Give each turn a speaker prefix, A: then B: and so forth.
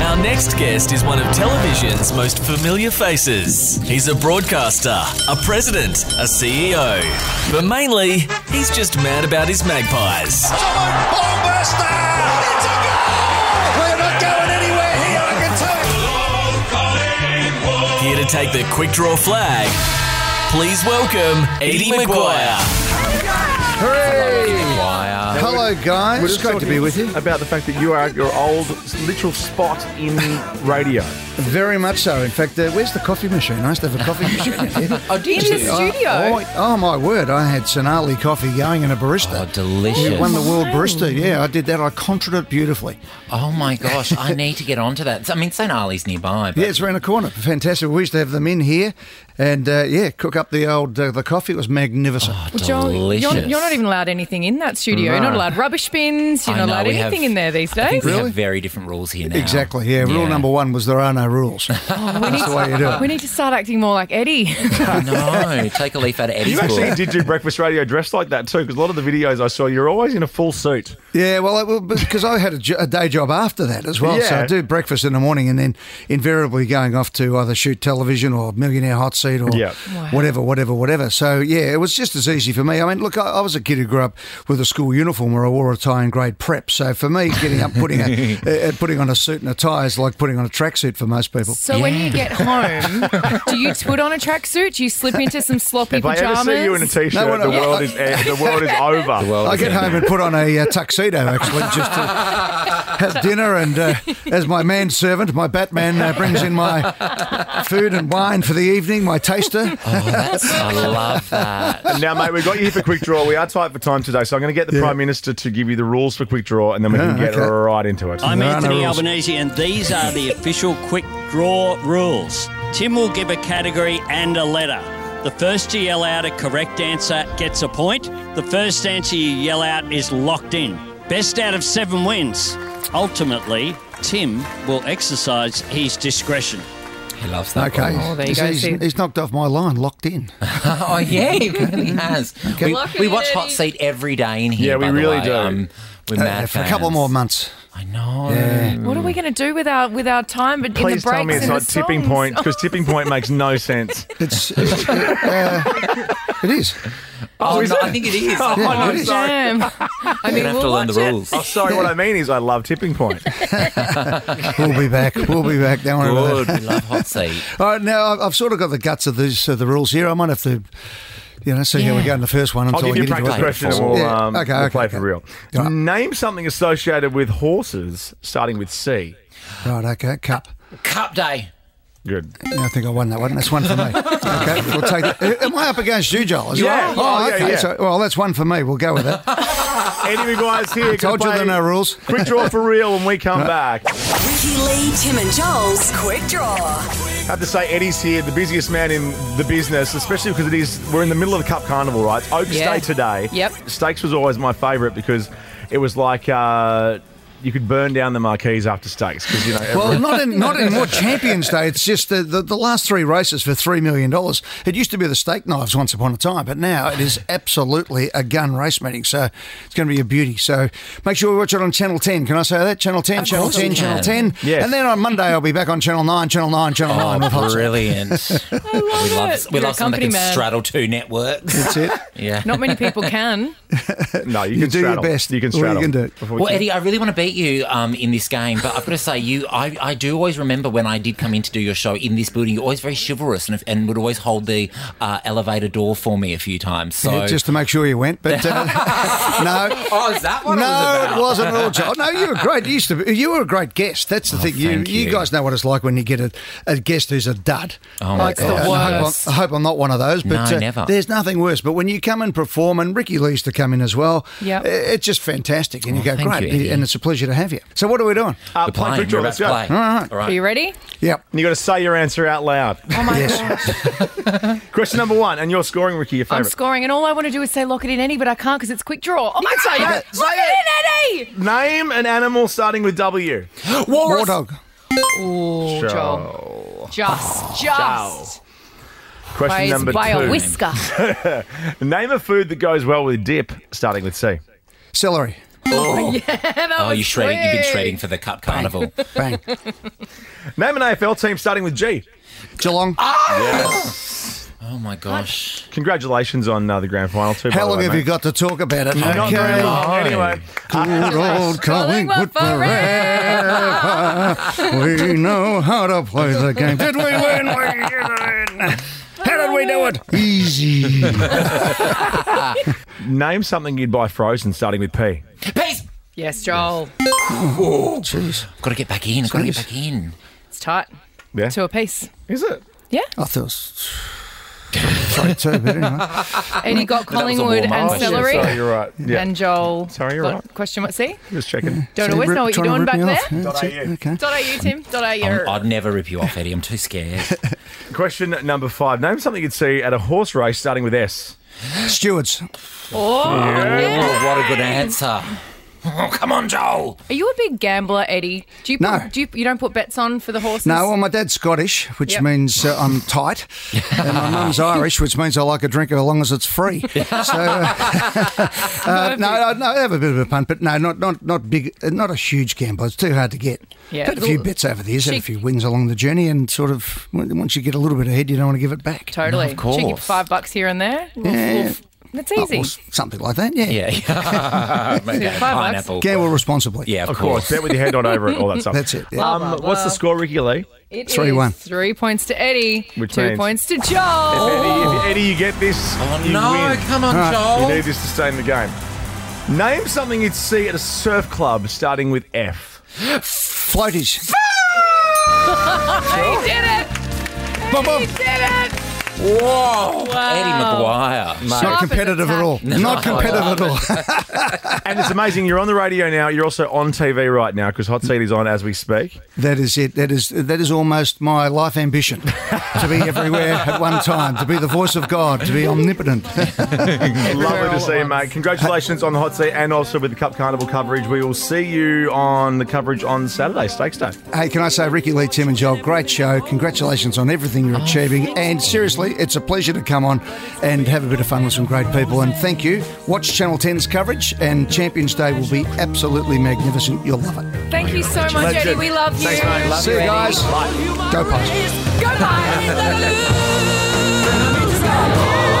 A: Our next guest is one of television's most familiar faces. He's a broadcaster, a president, a CEO. But mainly, he's just mad about his magpies.
B: Absolute blockbuster! It's a goal! We're not going anywhere here, I can tell you.
A: Here to take the quick draw flag. Please welcome Eddie McGuire.
C: Wire.
D: Hello, guys.
E: We're
D: It's
E: just
D: great to
E: talking
D: be with you.
E: About the fact that you are your old literal spot in radio.
D: Very much so. In fact, uh, where's the coffee machine? I used to have a coffee machine. here.
C: Oh, did
F: In the
C: you?
F: studio.
D: Oh, oh, my word. I had Sonali coffee going in a
C: Oh,
D: barista.
C: delicious.
D: Won the world barista. Yeah, I did that. I conjured it beautifully.
C: Oh my gosh, I need to get onto that. I mean, St. Ali's nearby. But
D: Yeah, it's around the corner. Fantastic. We used to have them in here, and uh, yeah, cook up the old uh, the coffee. It was magnificent.
E: Oh,
F: Well, Joel,
C: delicious.
F: You're, you're not even allowed anything in that studio. You're not allowed rubbish bins. You're
C: I
F: not
C: know,
F: allowed
C: we have-
F: anything in there these
C: I
F: days.
C: think we
D: Really?
C: have very different rules here now.
D: Exactly. Yeah. Rule number one was there are no rules. That's the way you do
F: We
D: it.
F: need to start acting more like Eddie.
C: I know. Take a leaf out of Eddie's
E: You actually
C: book.
E: did do breakfast radio dressed like that too, because a lot of the videos I saw, you're always in a full suit.
D: Yeah. Well, it, well, because I had a, jo- a day job after that as well, so
E: Yeah.
D: I do breakfast in the morning, and then invariably going off to either shoot television or Millionaire Hot Seat or
E: Yeah.
F: Wow.
D: whatever, whatever, whatever. So yeah, it was just as easy for me. I mean, look, I, I was a kid who grew up with a school uniform where I wore a tie and grade prep. So for me, getting up, putting a, uh, putting on a suit and a tie is like putting on a tracksuit for most people.
F: So when you get home, do you put on a tracksuit? Do you slip into some sloppy
E: If I
F: pajamas?
E: ever see you in a t-shirt,
D: No, when
E: the,
D: I-
E: world is, eh, the world is over.
C: Well,
D: I get home and put on a uh, tuxedo actually, just to have dinner. And uh, as my manservant, my Batman uh, brings in my food and wine for the evening, my taster.
C: Oh, that's, I love that.
E: And now, mate, we've got you here for quick draw. We are tight for time today, so I'm going to get the Prime Minister to give you the rules for quick draw, and then we
D: Yeah,
E: can get
D: okay.
E: right into it.
G: I'm
D: There are no
G: Anthony
D: rules.
G: Albanese, and these are the official quick draw rules. Tim will give a category and a letter. The first to yell out a correct answer gets a point. The first answer you yell out is locked in. Best out of seven wins. Ultimately, Tim will exercise his discretion.
C: He loves that.
D: Okay.
C: one.
F: Oh, there you
D: he's,
F: go,
D: he's-
F: see.
D: he's knocked off my line, locked in.
C: Oh, yeah, he really has. We,
F: Lucky
C: we watch Hot
F: Eddie.
C: Seat every day in here.
E: Yeah, we
C: by the
E: really
C: way.
E: do.
C: Um, we're mad
D: Uh, for a
C: fans.
D: couple more months.
C: I know.
F: what are we going to do with our with our time? But in the
E: Please
F: breaks
E: tell me it's
F: and
E: not
F: the
E: tipping
F: songs?
E: point, because tipping point makes no sense.
D: It's, it's uh, it is.
C: Oh, no, I think it is.
E: Oh,
D: Yeah,
E: no,
D: it is.
E: sorry.
F: Damn. I
C: You're
F: mean,
C: going to have
F: we'll
C: to learn the
F: watch it.
C: rules.
E: Oh, sorry. What I mean is, I love tipping point.
D: We'll be back. We'll be back. Don't worry about
C: Good.
D: that.
C: We love Hot Seat.
D: All right, now I've, I've sort of got the guts of these uh, the rules here. I might have to, you know, see how we go in the first one
E: I'll
D: until
E: give
D: I
E: you a
D: get into
E: practice
D: it.
E: question and we'll,
D: Yeah,
E: um,
D: okay,
E: we'll
D: okay,
E: play
D: okay.
E: for real.
D: Yeah.
E: Name something associated with horses starting with C.
D: Right, okay, cup.
C: Cup Day.
E: Good.
D: Yeah, I think I won that one. That's one for me. Okay, we'll take that. Am I up against you, Joel? As
E: Yeah,
D: well?
E: yeah,
D: oh,
E: yeah,
D: okay.
E: yeah.
D: So, well, that's one for me. We'll go with it.
E: Eddie McGuire's here.
D: Told you
E: Gonna
D: there are no
E: play
D: rules.
E: Quick draw for real when we come back.
H: Ricky Lee, Tim and Joel's Quick Draw.
E: Have to say, Eddie's here, the busiest man in the business, especially because it is. We're in the middle of the Cup Carnival, right? It's Oaks
F: Yeah.
E: Day today.
F: Yep.
E: Steaks was always my favourite because it was like. Uh, you could burn down the marquees after stakes because you know.
D: Well,
E: everyone-
D: not in, not anymore. Champions Day. It's just the, the, the last three races for $3 million. It used to be the steak knives once upon a time, but now it is absolutely a gun race meeting. So it's going to be a beauty. So make sure we watch it on Channel 10. Can I say that? Channel 10, Channel
C: course you
D: 10, Channel
C: can.
D: 10.
E: Yes.
D: And then on Monday, I'll be back on Channel 9, Channel 9, Channel 9 with
C: Oh,
D: Hot Seat.
C: brilliant. we love,
F: it.
C: we
F: You're a
C: love someone that
F: company
C: can
F: man.
C: straddle two networks.
D: That's it.
C: Yeah.
F: Not many people can.
E: no, you,
D: You
E: can
D: do your
E: straddle.
D: best.
E: You can
D: All you
E: straddle.
D: can do.
E: Before we
C: Well,
E: can-
C: Eddie, I really want to beat you um, in this game, but I've got to say, you, I, I do always remember when I did come in to do your show in this building. You're always very chivalrous and, if, and would always hold the uh, elevator door for me a few times. So,
D: Yeah, just to make sure you went, but uh, no.
C: oh, is that what
D: no,
C: it
D: it
C: was about?
D: wasn't at all, Joel. No, you were great. You used to. Be, you were a great guest. That's the thing. You,
C: Oh, thank
D: you
C: you.
D: guys know what it's like when you get a, a guest who's a dud. uh,
C: Oh, my
D: I- I
C: God.
D: hope I'm-
C: Worst.
D: I, hope I'm not one of those. But uh,
C: No, never.
D: There's nothing worse. But when you come and perform, and Ricky Lee's to come in as well.
F: Yep.
D: i- it's just fantastic, and you go
C: Oh, thank
D: great,
C: you, Eddie.
D: and it's a pleasure to have you. So what are we doing?
E: Uh, play
C: We're playing.
E: quick draw,
C: We're about
E: let's
C: to
E: go.
C: play. All
F: Are
C: right.
F: you ready?
D: Yep.
E: And you got to say your answer out loud.
F: Oh my
D: Yes.
F: god.
E: Question number one, and you're scoring, Ricky, your
F: I'm
E: favourite.
F: scoring, and all I want to do is say lock it in Eddie, but I can't because it's quick draw. Oh my god!
E: it,
F: Lock
E: say
F: it in Eddie!
E: Name an animal starting with W.
C: Walrus.
D: War dog.
F: Ooh, Joel. Just, just.
E: Question
F: By,
E: number
F: by a
E: two.
F: whisker.
E: Name a food that goes well with dip starting with C.
D: Celery.
C: Oh, oh you
F: was
C: shredding. You've been
F: quick.
C: shredding for the Cup Carnival.
D: Bang.
E: Name an AFL team starting with G.
D: Geelong.
C: oh my gosh.
E: Congratulations on uh, the grand final too. by
D: How
E: the
D: long
E: way,
D: have
E: mate.
D: you got to talk about it?
E: Not very long. Anyway,
D: Good old Collingwood
F: Collingwood
D: forever. We know how to play the game. Did we win? We did it. How did we do it? Easy.
E: name something you'd buy frozen starting with P.
C: Peace.
F: Yes, Joel.
D: Jeez.
C: I've got to get back in. I've got to get
D: Jeez.
C: back in.
F: It's tight.
E: Yeah,
F: Two apiece.
E: is it?
D: I thought it was. Sorry, too, but anyway.
F: Eddie got Collingwood
C: warm-up
F: and
C: question,
F: celery.
E: Sorry, Oh, you're right. Yeah,
F: And Joel.
E: Sorry, you're
F: got
E: right.
F: Question what? See?
E: just checking.
F: Don't always know what you're doing back there.
D: Dot Okay.
F: Dot au, Tim.
E: Um,
F: Dot
C: I'm-
F: au.
C: I'd never rip you off, Eddie. I'm too scared.
E: Question number five. Name something you'd see at a horse race starting with S.
D: Stewards.
F: Oh.
C: Oh, what a good answer. Oh, come on, Joel.
F: Are you a big gambler, Eddie? Do you put,
D: No.
F: do you, you don't put bets on for the horses?
D: No, well, my dad's Scottish, which
F: Yep.
D: means uh, I'm tight, and my mum's Irish, which means I like a drink as long as it's free. So, uh, no, no, no, I have a bit of a punt, but no, not not not big, uh, not a huge gamble. It's too hard to get.
F: Yeah.
D: had a few bets over the years, had a
F: Chick-
D: few wins along the journey, and sort of w- once you get a little bit ahead, you don't want to give it back.
F: Totally.
C: No, of course.
F: Cheeky five bucks here and there. Woof,
D: Yeah.
F: woof. That's
D: Oh,
F: easy.
D: or s- something like that. Yeah.
C: Yeah. Maybe a
F: Five bucks.
C: Pineapple.
D: Gamble responsibly. Oh,
C: Yeah, of,
E: Of course. Bet with your head on over it. All that stuff.
D: That's it. Yeah.
E: Um, what's the score, Ricky Lee?
F: It
D: Three
F: is
D: one.
F: Three points to Eddie.
E: Which
F: two
E: means-
F: points to Joel.
E: Eddie, if Eddie, you get this.
C: Oh,
E: you
C: no.
E: win.
C: Come on, Joel.
E: You need this to stay in the game. Name something you'd see at a surf club starting with F.
D: Floaties.
F: He did it.
D: Boom, boom.
F: He did it.
C: Whoa. Eddie
F: Wow.
C: McGuire. Mate.
D: Not competitive at all. Not competitive at all.
E: And it's amazing. You're on the radio now. You're also on TV right now because Hot Seat is on as we speak.
D: That is it. That is that is almost my life ambition to be everywhere at one time, to be the voice of God, to be omnipotent.
E: Lovely
F: all
E: to
F: at
E: see you,
F: once.
E: mate. Congratulations on the Hot Seat and also with the Cup Carnival coverage. We will see you on the coverage on Saturday, Stakes Day.
D: hey, can I say, Ricky Lee, Tim, and Joel, great show. Congratulations on everything you're achieving. And seriously, it's a pleasure to come on and have a bit of fun with some great people. And thank you. Watch Channel 10's coverage, and Champions Day will be absolutely magnificent. You'll love it.
F: Thank you so much, Eddie. We love you.
E: Thanks, mate. Love
D: See you guys. Go past.
F: Goodbye.
H: Go Pies.